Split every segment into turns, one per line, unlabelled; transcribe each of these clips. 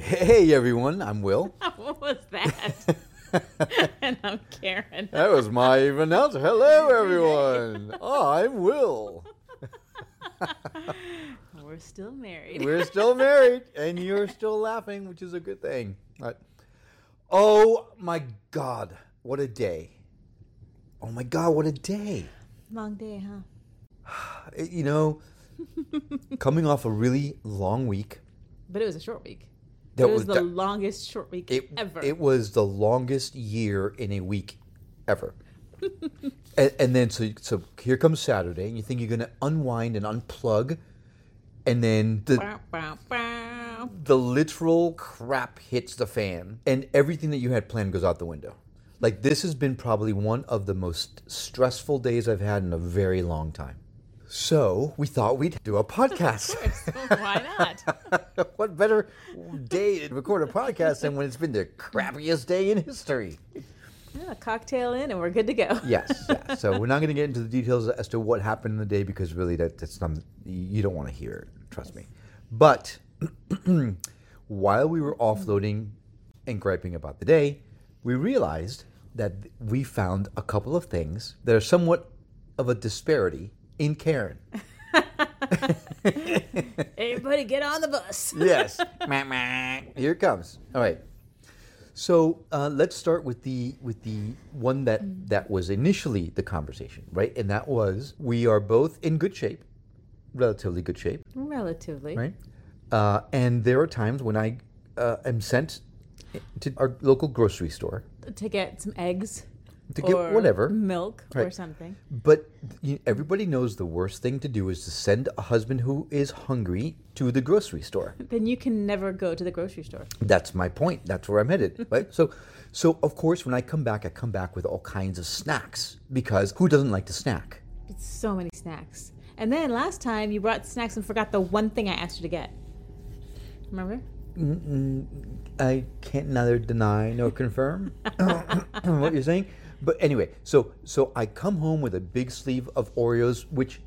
Hey everyone, I'm Will.
what was that? and I'm Karen.
That was my announcer. Hello everyone. Oh, I'm Will.
We're still married.
We're still married and you're still laughing, which is a good thing. But- oh my god, what a day. Oh my god, what a day.
Long day, huh?
It- you know, coming off a really long week.
But it was a short week.
That
it was the
that-
longest short week
it,
ever.
It was the longest year in a week ever. and, and then so so here comes Saturday, and you think you're going to unwind and unplug, and then the
Bow, bow, bow.
the literal crap hits the fan, and everything that you had planned goes out the window. Like this has been probably one of the most stressful days I've had in a very long time. So we thought we'd do a podcast.
Why not?
what better day to record a podcast than when it's been the crappiest day in history?
Yeah, cocktail in and we're good to go.
Yes, yes. So we're not going to get into the details as to what happened in the day because really that, that's not, you don't want to hear it, trust me. But while we were offloading and griping about the day, we realized that we found a couple of things that are somewhat of a disparity in Karen.
Everybody get on the bus.
yes. Meh, meh. Here it comes. All right. So uh, let's start with the with the one that that was initially the conversation, right? And that was we are both in good shape, relatively good shape,
Relatively.
right? Uh, and there are times when I uh, am sent to our local grocery store,
To get some eggs.
To get
or
whatever.
Milk or
Right.
something.
but you- everybody knows the worst thing to do is to send a husband who is hungry to the grocery store.
Then you can never go to the grocery store.
That's my point. That's where I'm headed, right? so, so of course, when I come back, I come back with all kinds of snacks because who doesn't like to snack?
It's so many snacks. And then last time you brought snacks and forgot the one thing I asked you to get. Remember?
I can't neither deny nor confirm what you're saying. But anyway, so so I come home with a big sleeve of Oreos, which,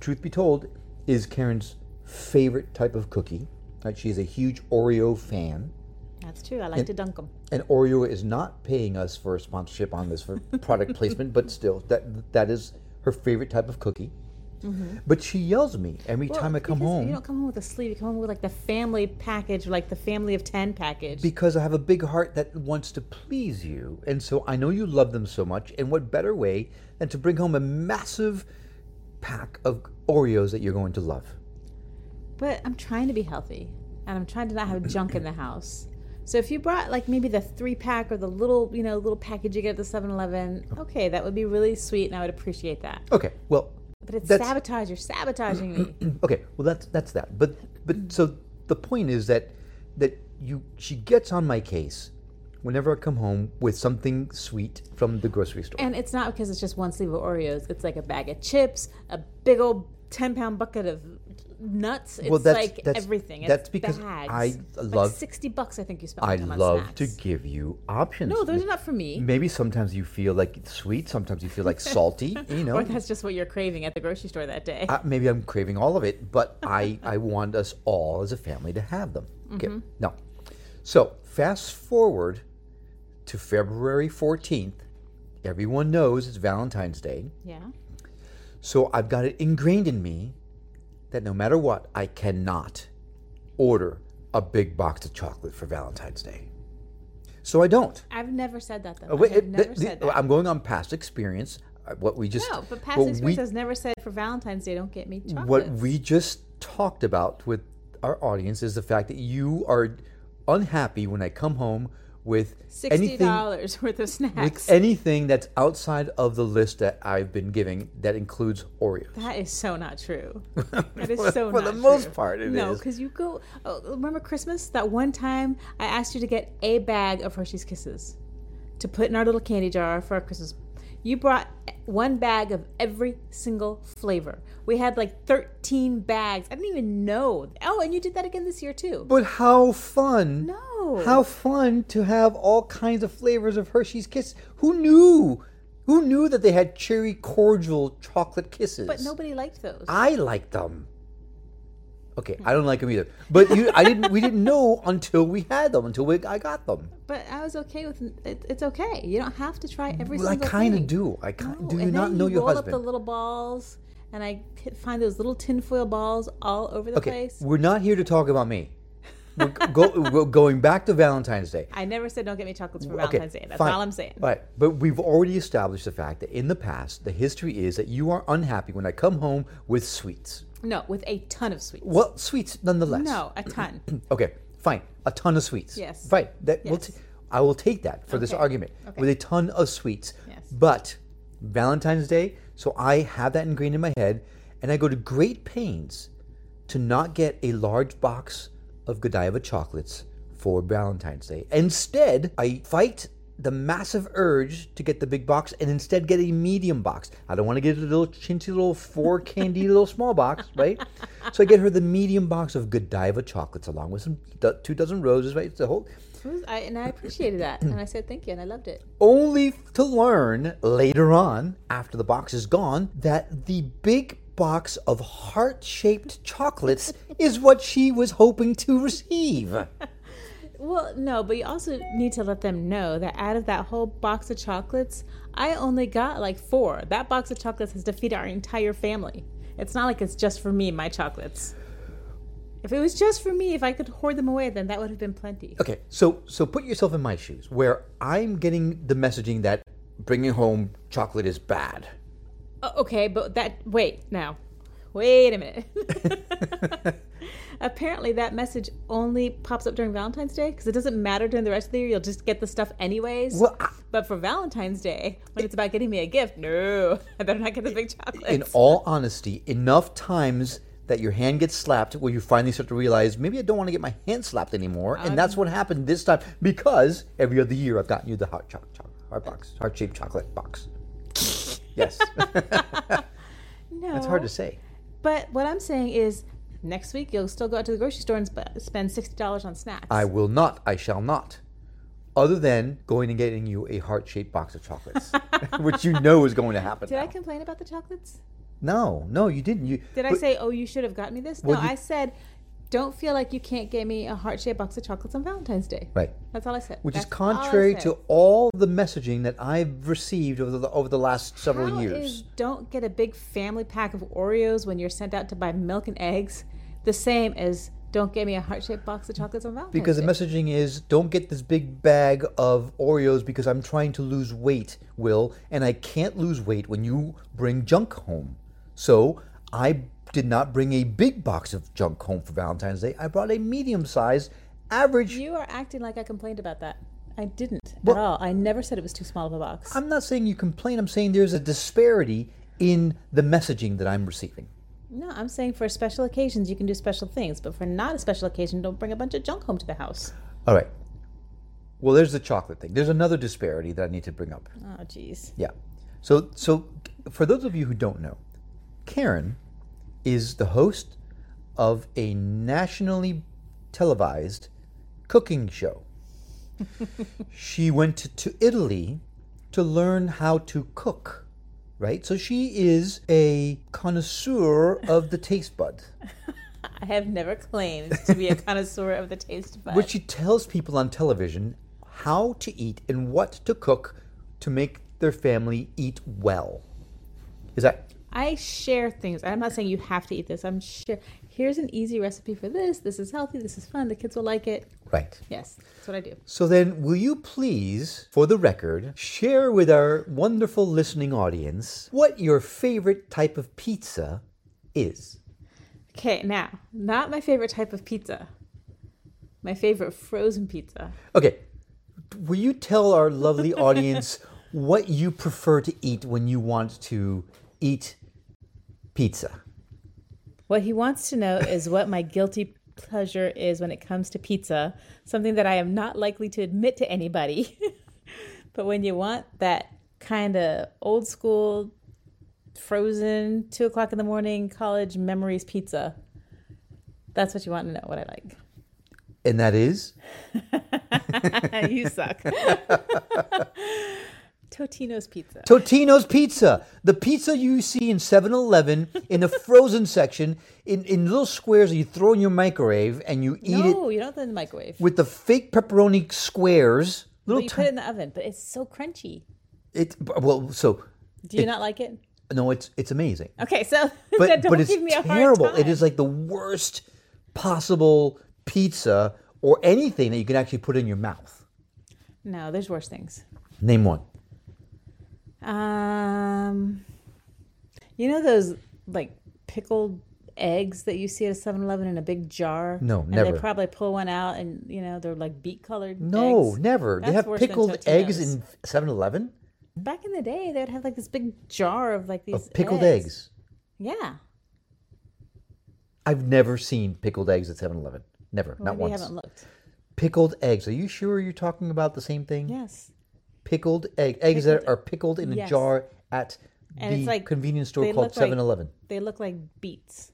truth be told, is Karen's favorite type of cookie. Right? She's a huge Oreo fan.
That's true. I like to dunk them.
and Oreo is not paying us for a sponsorship on this for product placement, but still, that that is her favorite type of cookie. But she yells at me every time I come home
You don't come home with a sleeve. You come home with like the family package, like the family of ten package.
because I have a big heart that wants to please you, and so I know you love them so much. And what better way than to bring home a massive pack of Oreos that you're going to love?
but I'm trying to be healthy, and I'm trying to not have junk in the house. So if you brought like maybe the three pack or the little, you know, little package you get at the 7-Eleven, okay, that would be really sweet, and I would appreciate that.
Okay, well,
But it's
That's-
sabotage. You're sabotaging me.
okay well that's that's that but but so the point is that that you she gets on my case whenever i come home with something sweet from the grocery store
And it's not because it's just one sleeve of Oreos. It's like a bag of chips, a big old ten-pound bucket of nuts. It's
Well, that's-
like
that's-
everything. It's
that's because
bags.
I
Like
love-
sixty bucks. I think you spent.
i
one time on
love
snacks.
to give you options
No, those are not for me.
maybe sometimes you feel like it's sweet sometimes you feel like salty you know
Or that's just what you're craving at the grocery store that day.
uh, maybe i'm craving all of it but i i want us all as a family to have them okay
Mm-hmm.
no so fast forward to february 14th everyone knows it's valentine's day
yeah.
So I've got it ingrained in me that no matter what, I cannot order a big box of chocolate for Valentine's Day. So I don't.
I've never said that though.
Uh, wait,
I've
it-
never
th-
said
th-
that.
I'm going on past experience. uh, What we just
no, but past
what
experience
we,
has never said for Valentine's Day, don't get me chocolates.
what we just talked about with our audience is the fact that you are unhappy when I come home with
Sixty
anything
dollars worth of snacks.
with anything that's outside of the list that I've been giving that includes Oreos.
that is so not true. That is so
For
not
the most
true.
part, it is.
no, because you go. Oh, remember Christmas? That one time I asked you to get a bag of Hershey's Kisses to put in our little candy jar for our Christmas. You brought one bag of every single flavor. We had like 13 bags. I didn't even know. Oh, and you did that again this year too.
But how fun!
No.
How fun to have all kinds of flavors of Hershey's Kiss. Who knew? Who knew that they had cherry cordial chocolate kisses?
But nobody liked those.
I like them. Okay, I don't like them either. But you, I didn't. We didn't know until we had them. Until we, I got them.
But I was okay with it. It's okay. You don't have to try every
Well, I
single
kind of
thing.
do. I kind
No,
do. You
Oh, and
not
then
know
you
your
roll
husband.
up the little balls, and I hit, find those little tinfoil balls all over the
okay,
place.
we're not here to talk about me. We're go, we're going back to Valentine's Day.
I never said don't get me chocolates for Valentine's Day. That's
fine.
all I'm saying.
All right, but we've already established the fact that in the past, the history is that you are unhappy when I come home with sweets.
No, with a ton of sweets.
Well, sweets nonetheless.
No, a ton.
Okay, fine. A ton of sweets.
Yes.
Right. That will. T-
Yes.
I will take that for this
Okay.
argument
Okay.
with a ton of sweets.
Yes.
But Valentine's Day, so I have that ingrained in my head, and I go to great pains to not get a large box of Godiva chocolates for Valentine's Day. Instead, I fight the massive urge to get the big box and instead get a medium box. I don't want to get a little chintzy little four candy little small box, right? So I get her the medium box of Godiva chocolates along with some do- two dozen roses, right? It's The whole
It was- I, and I appreciated that, and I said thank you, and I loved it.
only to learn later on, after the box is gone, that the big box of heart shaped chocolates is what she was hoping to receive.
Well, no, but you also need to let them know that out of that whole box of chocolates, I only got like four. That box of chocolates has defeated our entire family. It's not like it's just for me, my chocolates. If it was just for me, if I could hoard them away, then that would have been plenty.
Okay, so so put yourself in my shoes where I'm getting the messaging that bringing home chocolate is bad.
O- Oh, Okay, but that, wait, now. Wait a minute. Apparently, that message only pops up during Valentine's Day because it doesn't matter during the rest of the year. You'll just get the stuff anyways.
Well, I-
But for Valentine's Day, when it's about getting me a gift, no, I better not get the big chocolates.
in all honesty, enough times that your hand gets slapped where you finally start to realize maybe I don't want to get my hand slapped anymore, and that's what happened this time because every other year I've gotten you the heart chocolate, heart box, heart shaped chocolate box. yes,
no,
it's hard to say.
But what I'm saying is, next week you'll still go out to the grocery store and sp- spend sixty dollars on snacks.
I will not. I shall not. Other than going and getting you a heart shaped box of chocolates, which you know is going to happen.
Did I
now.
complain about the chocolates?
no, no, you didn't. You
Did I
but-
say, oh, you should have got me this? No,
Well, you-
I said, don't feel like you can't get me a heart shaped box of chocolates on Valentine's Day.
right?
That's all I said.
which is
That's all I
contrary
said.
to all the messaging that I've received over the over the last several
How
years.
is don't get a big family pack of Oreos when you're sent out to buy milk and eggs the same as don't get me a heart shaped box of chocolates on Valentine's
because the
Day?
messaging is don't get this big bag of Oreos because I'm trying to lose weight, Will, and I can't lose weight when you bring junk home. So I did not bring a big box of junk home for Valentine's Day. I brought a medium sized average.
You are acting like I complained about that. I didn't
Well-
at all. I never said it was too small of a box.
I'm not saying you complain, I'm saying there's a disparity in the messaging that I'm receiving.
no, I'm saying for special occasions you can do special things, but for not a special occasion, don't bring a bunch of junk home to the house.
All right. Well, there's the chocolate thing. There's another disparity that I need to bring up.
Oh, jeez.
Yeah. So so for those of you who don't know, Karen is the host of a nationally televised cooking show. she went to, to Italy to learn how to cook, right? So she is a connoisseur of the taste bud,
I have never claimed to be a connoisseur of the taste bud.
but she tells people on television how to eat and what to cook to make their family eat well. Is that
I share things. I'm not saying you have to eat this. I'm sure. Here's an easy recipe for this. This is healthy. This is fun. The kids will like it.
right?
Yes, that's what I do.
So then, will you please, for the record, share with our wonderful listening audience what your favorite type of pizza is?
Okay, now, not my favorite type of pizza. My favorite frozen pizza.
Okay, will you tell our lovely audience what you prefer to eat when you want to eat pizza?
What he wants to know is what my guilty pleasure is when it comes to pizza, something that I am not likely to admit to anybody. but when you want that kind of old school, frozen, two o'clock in the morning, college memories pizza, that's what you want to know what I like.
And that is?
you suck. Totino's Pizza.
Totino's Pizza, the pizza you see in 7-Eleven in the frozen section in, in little squares that you throw in your microwave and you eat it
no, you don't have it in the microwave.
with the fake pepperoni squares.
But
Little
you
ti-
put it in the oven, but it's so crunchy.
it well, so
Do you not like it?
no, it's it's amazing.
Okay, so
but
don't
but it's
give me a
terrible.
Hard time.
It is like the worst possible pizza or anything that you can actually put in your mouth.
no, there's worse things.
Name one.
Um, you know those like pickled eggs that you see at a 7-Eleven in a big jar?
No,
and
never.
They probably pull one out, and you know they're like beet colored.
No, never. they
That's
have
worse than
pickled eggs
Totino's.
in 7-Eleven?
Back in the day, they'd have like this big jar of like these
Of pickled eggs.
Yeah,
I've never seen pickled eggs at 7-Eleven. Never, not
maybe you
once.
haven't looked.
Pickled eggs. Are you sure you're talking about the same thing?
Yes,
Pickled egg eggs that are pickled in a
Yes.
jar at
And
the
it's like-
convenience
they
store called
look like-
7-Eleven.
they look like beets,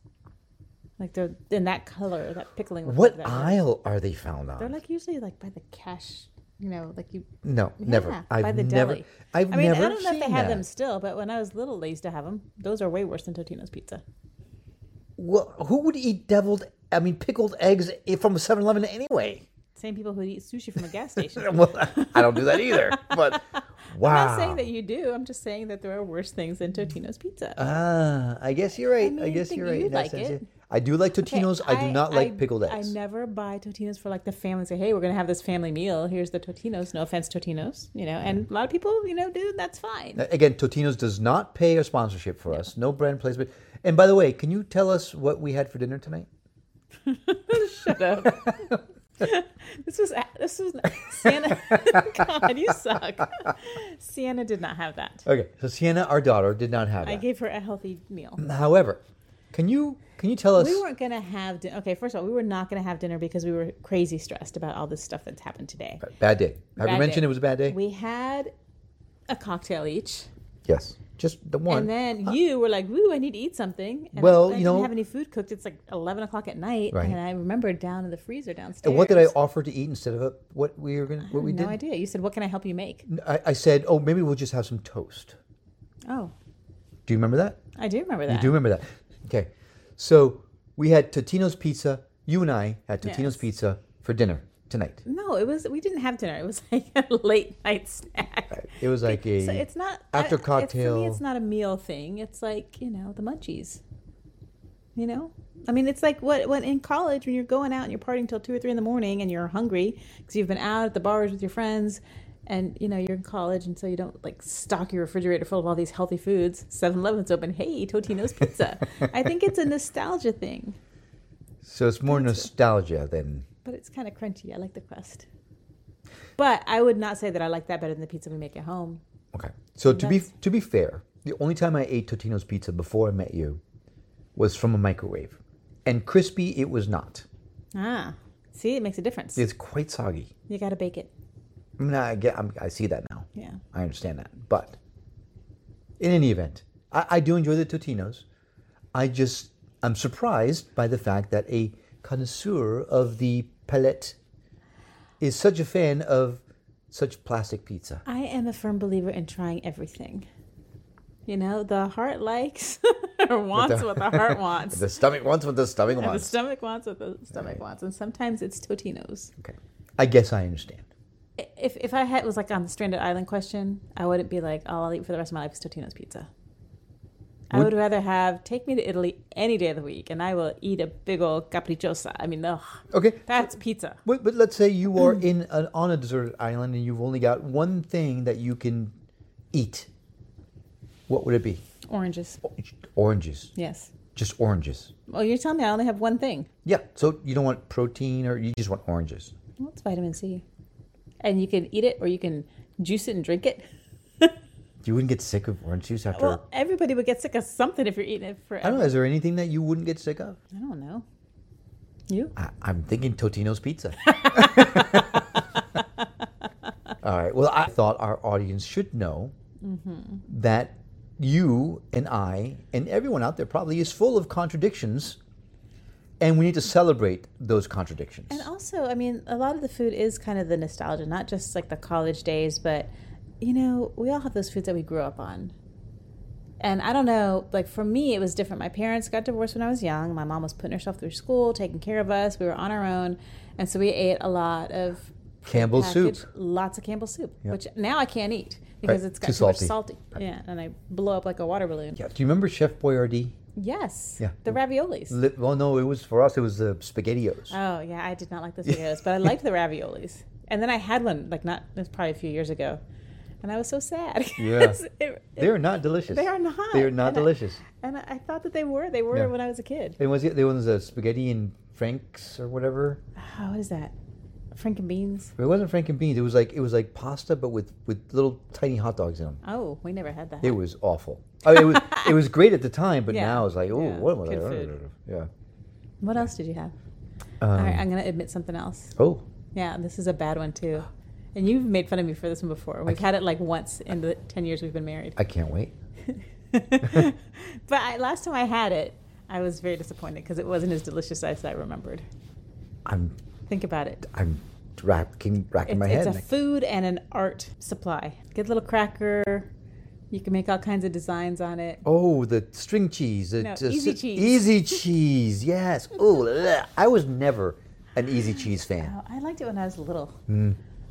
like they're in that color, that pickling. looks
What
like that.
aisle are they found
They're
on?
like usually like by the cash, you know, like you
no, never.
Yeah,
I've
by the
never.
deli.
I've
I mean,
never
I don't know if
seen
they have
that.
them still, but when I was little, they used to have them. Those are way worse than Totino's Pizza.
Well, who would eat deviled? I mean, pickled eggs i- from a 7-Eleven anyway.
Same people who eat sushi from a gas station. I'm
Well, I don't do that either. But wow.
not saying that you do. I'm just saying that there are worse things than Totino's Pizza.
ah, I guess you're right. I,
mean,
guess
think
you're right.
you'd
in that
like
sense,
it.
yeah. I do like
Okay,
Totino's. I, do not like
I-
pickled eggs.
I never buy Totino's for like the family. Say, hey, we're gonna have this family meal. Here's the Totino's. No offense, Totino's. You know, and a lot of people, you know, do. That's fine.
Again, Totino's does not pay a sponsorship for us. No brand placement. And by the way, can you tell us what we had for dinner tonight?
Shut up. this was this was Sienna. God, you suck. Sienna did not have that.
Okay, so Sienna, our daughter, did not have
I
that.
gave her a healthy meal.
However, can you can you tell us?
We weren't gonna have dinner. Okay, first of all, we were not gonna have dinner because we were crazy stressed about all this stuff that's happened today.
bad day. Have
Bad
we mentioned
day.
it was a bad day?
We had a cocktail each,
yes, just the one. Uh,
and then you were like, "Woo, I need to eat something." And
Well,
I, I
you
didn't
know-
have any food cooked. It's like eleven o'clock at night,
Right.
and I remembered down in the freezer downstairs.
And what did I offer to eat instead of a, what we were gonna what we
no
did?
idea. You said, "What can I help you make?"
I, I said, oh, maybe we'll just have some toast.
Oh,
Do you remember that?
I do remember that.
I do remember that. Okay, so we had Totino's pizza. You and I had Totino's
Yes.
pizza for dinner tonight.
No, it was we didn't have dinner. It was like a late night snack.
It was like a
So it's not
after
I- it's- for
cocktail.
me, it's not a meal thing. It's like you know the munchies. You know, I mean, it's like what when in college when you're going out and you're partying till two or three in the morning and you're hungry because you've been out at the bars with your friends, and you know you're in college and so you don't like stock your refrigerator full of all these healthy foods. 7-Eleven's open. Hey, Totino's Pizza. I think it's a nostalgia thing,
so it's more nostalgia than
but it's kind of crunchy. I like the crust. But I would not say that I like that better than the pizza we make at home.
okay. So to be to be fair, the only time I ate Totino's pizza before I met you was from a microwave, and crispy it was not.
Ah, see, it makes a difference.
It's quite soggy.
You got to bake it.
I mean, I get, I'm, I see that now.
Yeah.
I understand that. But in any event, I, I do enjoy the Totinos. I just I'm surprised by the fact that a connoisseur of the palette is such a fan of such plastic pizza.
I am a firm believer in trying everything. You know, the heart likes or wants what the heart wants.
The stomach wants what the stomach
and the
wants.
stomach wants what the stomach wants. And sometimes it's Totino's.
Okay. I guess I understand.
I- If, if I had was like on the stranded island question, I wouldn't be like, all I'll eat for the rest of my life is Totino's pizza. I
Would-
would rather have take me to Italy any day of the week and I will eat a big old capricciosa. I mean, ugh,
Okay.
that's pizza.
But, but let's say you are in an, on a deserted island and you've only got one thing that you can eat. What would it be?
Oranges.
Oranges.
Yes.
Just oranges.
Well, you're telling me I only have one thing.
Yeah, so you don't want protein or you just want oranges.
Well, it's vitamin C. And you can eat it or you can juice it and drink it.
You wouldn't get sick of orange juice after.
Well, everybody would get sick of something if you're eating
I
it
don't
forever.
know. Is there anything that you wouldn't get sick of?
I don't know. You?
I, I'm thinking Totino's pizza. All right. Well, I thought our audience should know
Mm-hmm.
that you and I and everyone out there probably is full of contradictions, and we need to celebrate those contradictions.
And also, I mean, a lot of the food is kind of the nostalgia, not just like the college days, but you know, we all have those foods that we grew up on. And I don't know, like for me, it was different. My parents got divorced when I was young. My mom was putting herself through school, taking care of us. We were on our own. And so we ate a lot of
Campbell's soup.
packaged- Lots of Campbell's soup,
Yep.
which now I can't eat because
Right.
it's got
Too
too, much
salty.
salty. Yeah, and I blow up like a water balloon.
Yeah. Do you remember Chef Boyardee?
Yes.
Yeah. Mm.
The raviolis.
Li- Well, no, it was for us. It was the Spaghettios.
Oh yeah, I did not like the potatoes, but I liked the raviolis. And then I had one like not it was probably a few years ago, and I was so sad.
Yeah.
'Cause it- it-
they are not delicious.
they are not.
They are not
And I-
delicious.
and I, I thought that they were. They were
Yeah.
when I was a kid.
They was the ones the spaghetti and franks or whatever.
Oh, what is that? Frank and beans.
It wasn't frank and beans. It was like it was like pasta, but with with little tiny hot dogs in them.
Oh, we never had that.
It was awful. I mean, it was it was great at the time, but
Yeah.
now it's like, oh,
Yeah.
what was
Kid
that?
food.
Yeah.
what else did you have? All right,
Um,
I'm gonna admit something else.
oh,
Yeah, this is a bad one too. And you've made fun of me for this one before. We've had it like once in the ten years we've been married.
I can't wait.
but I, last time I had it, I was very disappointed because it wasn't as delicious as I remembered.
I'm
Think about it.
I'm racking racking
It's,
my
it's
head.
a
like,
food and an art supply. Good little cracker. You can make all kinds of designs on it.
oh, the string cheese. The,
No,
the
easy
s-
cheese.
Easy cheese. Yes. Oh, I was never an easy cheese fan. Mm.
Oh, I liked it when I was little.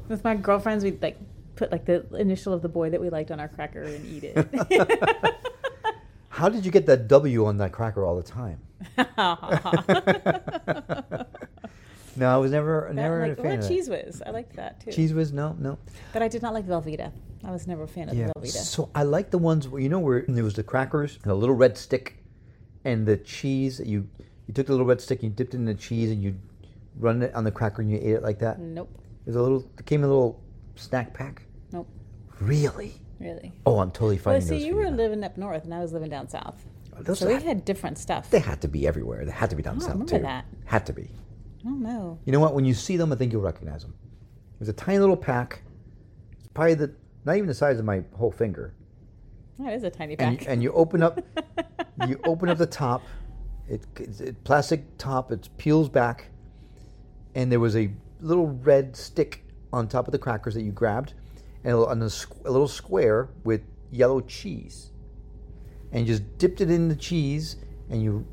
With my girlfriends, we'd like put like the initial of the boy that we liked on our cracker and eat it.
How did you get that W on that cracker all the time? No, I was never never
like,
a fan
or
of that.
cheese whiz. I liked that too.
Cheese whiz, no, no.
But I did not like Velveeta. I was never a fan of
Yeah.
Velveeta.
So I like the ones where you know where there was the crackers and a little red stick, and the cheese. that You you took the little red stick, and you dipped it in the cheese, and you run it on the cracker, and you ate it like that. It
Nope.
was a little. It came in a little snack pack.
Nope.
Really?
Really.
Oh, I'm totally
Well,
finding
see,
those.
you
for
were
now.
living up north, and I was living down south.
Those
So we
had-
had different stuff.
they
I
had to be everywhere. They had to be down
don't
south
remember
too.
that.
Had to be.
don't know.
You know what? When you see them, I think you'll recognize them. It was a tiny little pack. It's probably the not even the size of my whole finger.
That is a tiny
and
pack.
you, and you open up you open up the top it, it's it plastic top it peels back and there was a little red stick on top of the crackers that you grabbed and a, and a, squ- a little square with yellow cheese and you just dipped it in the cheese and you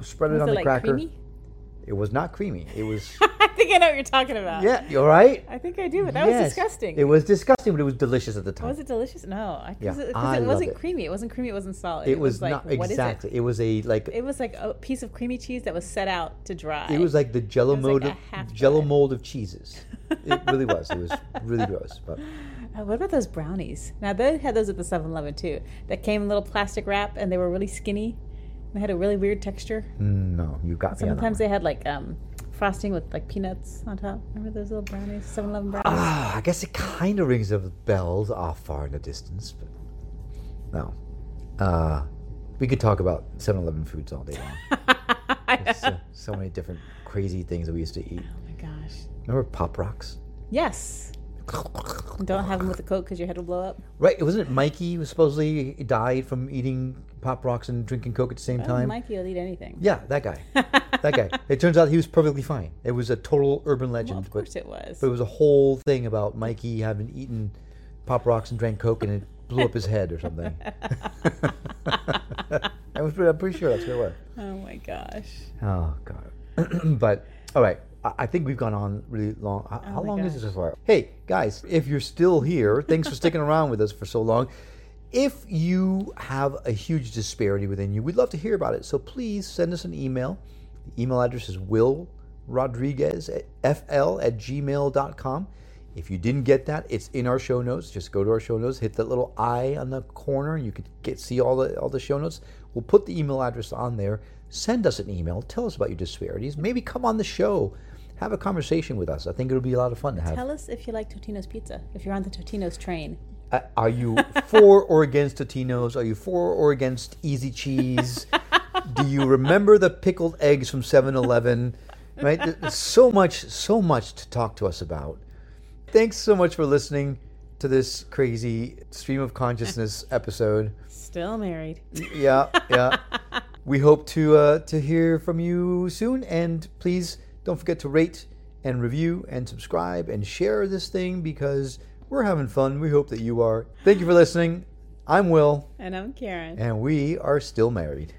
spread it
was
on
it
the
like
cracker
creamy?
it was not creamy it was
I think I know what you're talking about.
yeah you all right
I think I do, but that was
Yes.
disgusting.
it was disgusting but it was delicious at the time
was it delicious? No, I,
Yeah,
cause it, 'cause
I
it
love
wasn't
it.
creamy. It wasn't creamy. It wasn't solid.
it, was, not
what is
exactly it? was a like
it? It was like a piece of creamy cheese that was set out to dry.
It was like the Jello
It was like
mold,
a
of,
half
Jello
bread.
mold of cheeses. It really was. It was really gross. But
Oh, what about those brownies? Now they had those at the 7-Eleven too. That came in little plastic wrap, and they were really skinny. They had a really weird texture.
no, you got me. on that
Sometimes
one.
they had like um, frosting with like peanuts on top. Remember those little brownies, 7-Eleven brownies?
Ah, I guess it kind of rings of bells off far in the distance, but no. Uh, we could talk about 7-Eleven foods all day long. There's so, so many different crazy things that we used to eat.
oh my gosh.
Remember Pop Rocks?
Yes. Don't have them with the coke because your head will blow up.
Right, wasn't it Mikey who supposedly died from eating Pop Rocks and drinking Coke at the same
Oh,
time?
Mikey will eat anything.
Yeah, that guy. that guy. It turns out he was perfectly fine. It was a total urban legend.
Well, of
but-
course it was.
But it was a whole thing about Mikey having eaten Pop Rocks and drank Coke and it blew up his head or something. I was pretty, I'm pretty sure that's what it was.
Oh my gosh.
Oh, God. but, all right. I I think we've gone on really long. How, how
Oh my
long is this
gosh.
so far? Hey, guys, if you're still here, thanks for sticking around with us for so long. If you have a huge disparity within you, we'd love to hear about it. So please send us an email. The email address is willrodriguezfl at gmail.com. If you didn't get that, it's in our show notes. Just go to our show notes, hit that little I on the corner, and you can get see all the all the show notes. We'll put the email address on there. Send us an email. Tell us about your disparities. Maybe come on the show. Have a conversation with us. I think it'll be a lot of fun to have.
Tell us if you like Totino's pizza. If you're on the Totino's train.
Uh, are you for or against Totino's? Are you for or against Easy Cheese? Do you remember the pickled eggs from 7 Eleven? Right? Th- there's So much, so much to talk to us about. Thanks so much for listening to this crazy stream of consciousness episode.
Still married.
Yeah, yeah. We hope to uh, to hear from you soon, and please don't forget to rate and review and subscribe and share this thing because We're having fun. We hope that you are. Thank you for listening. I'm Will,
And I'm Karen.
and we are still married.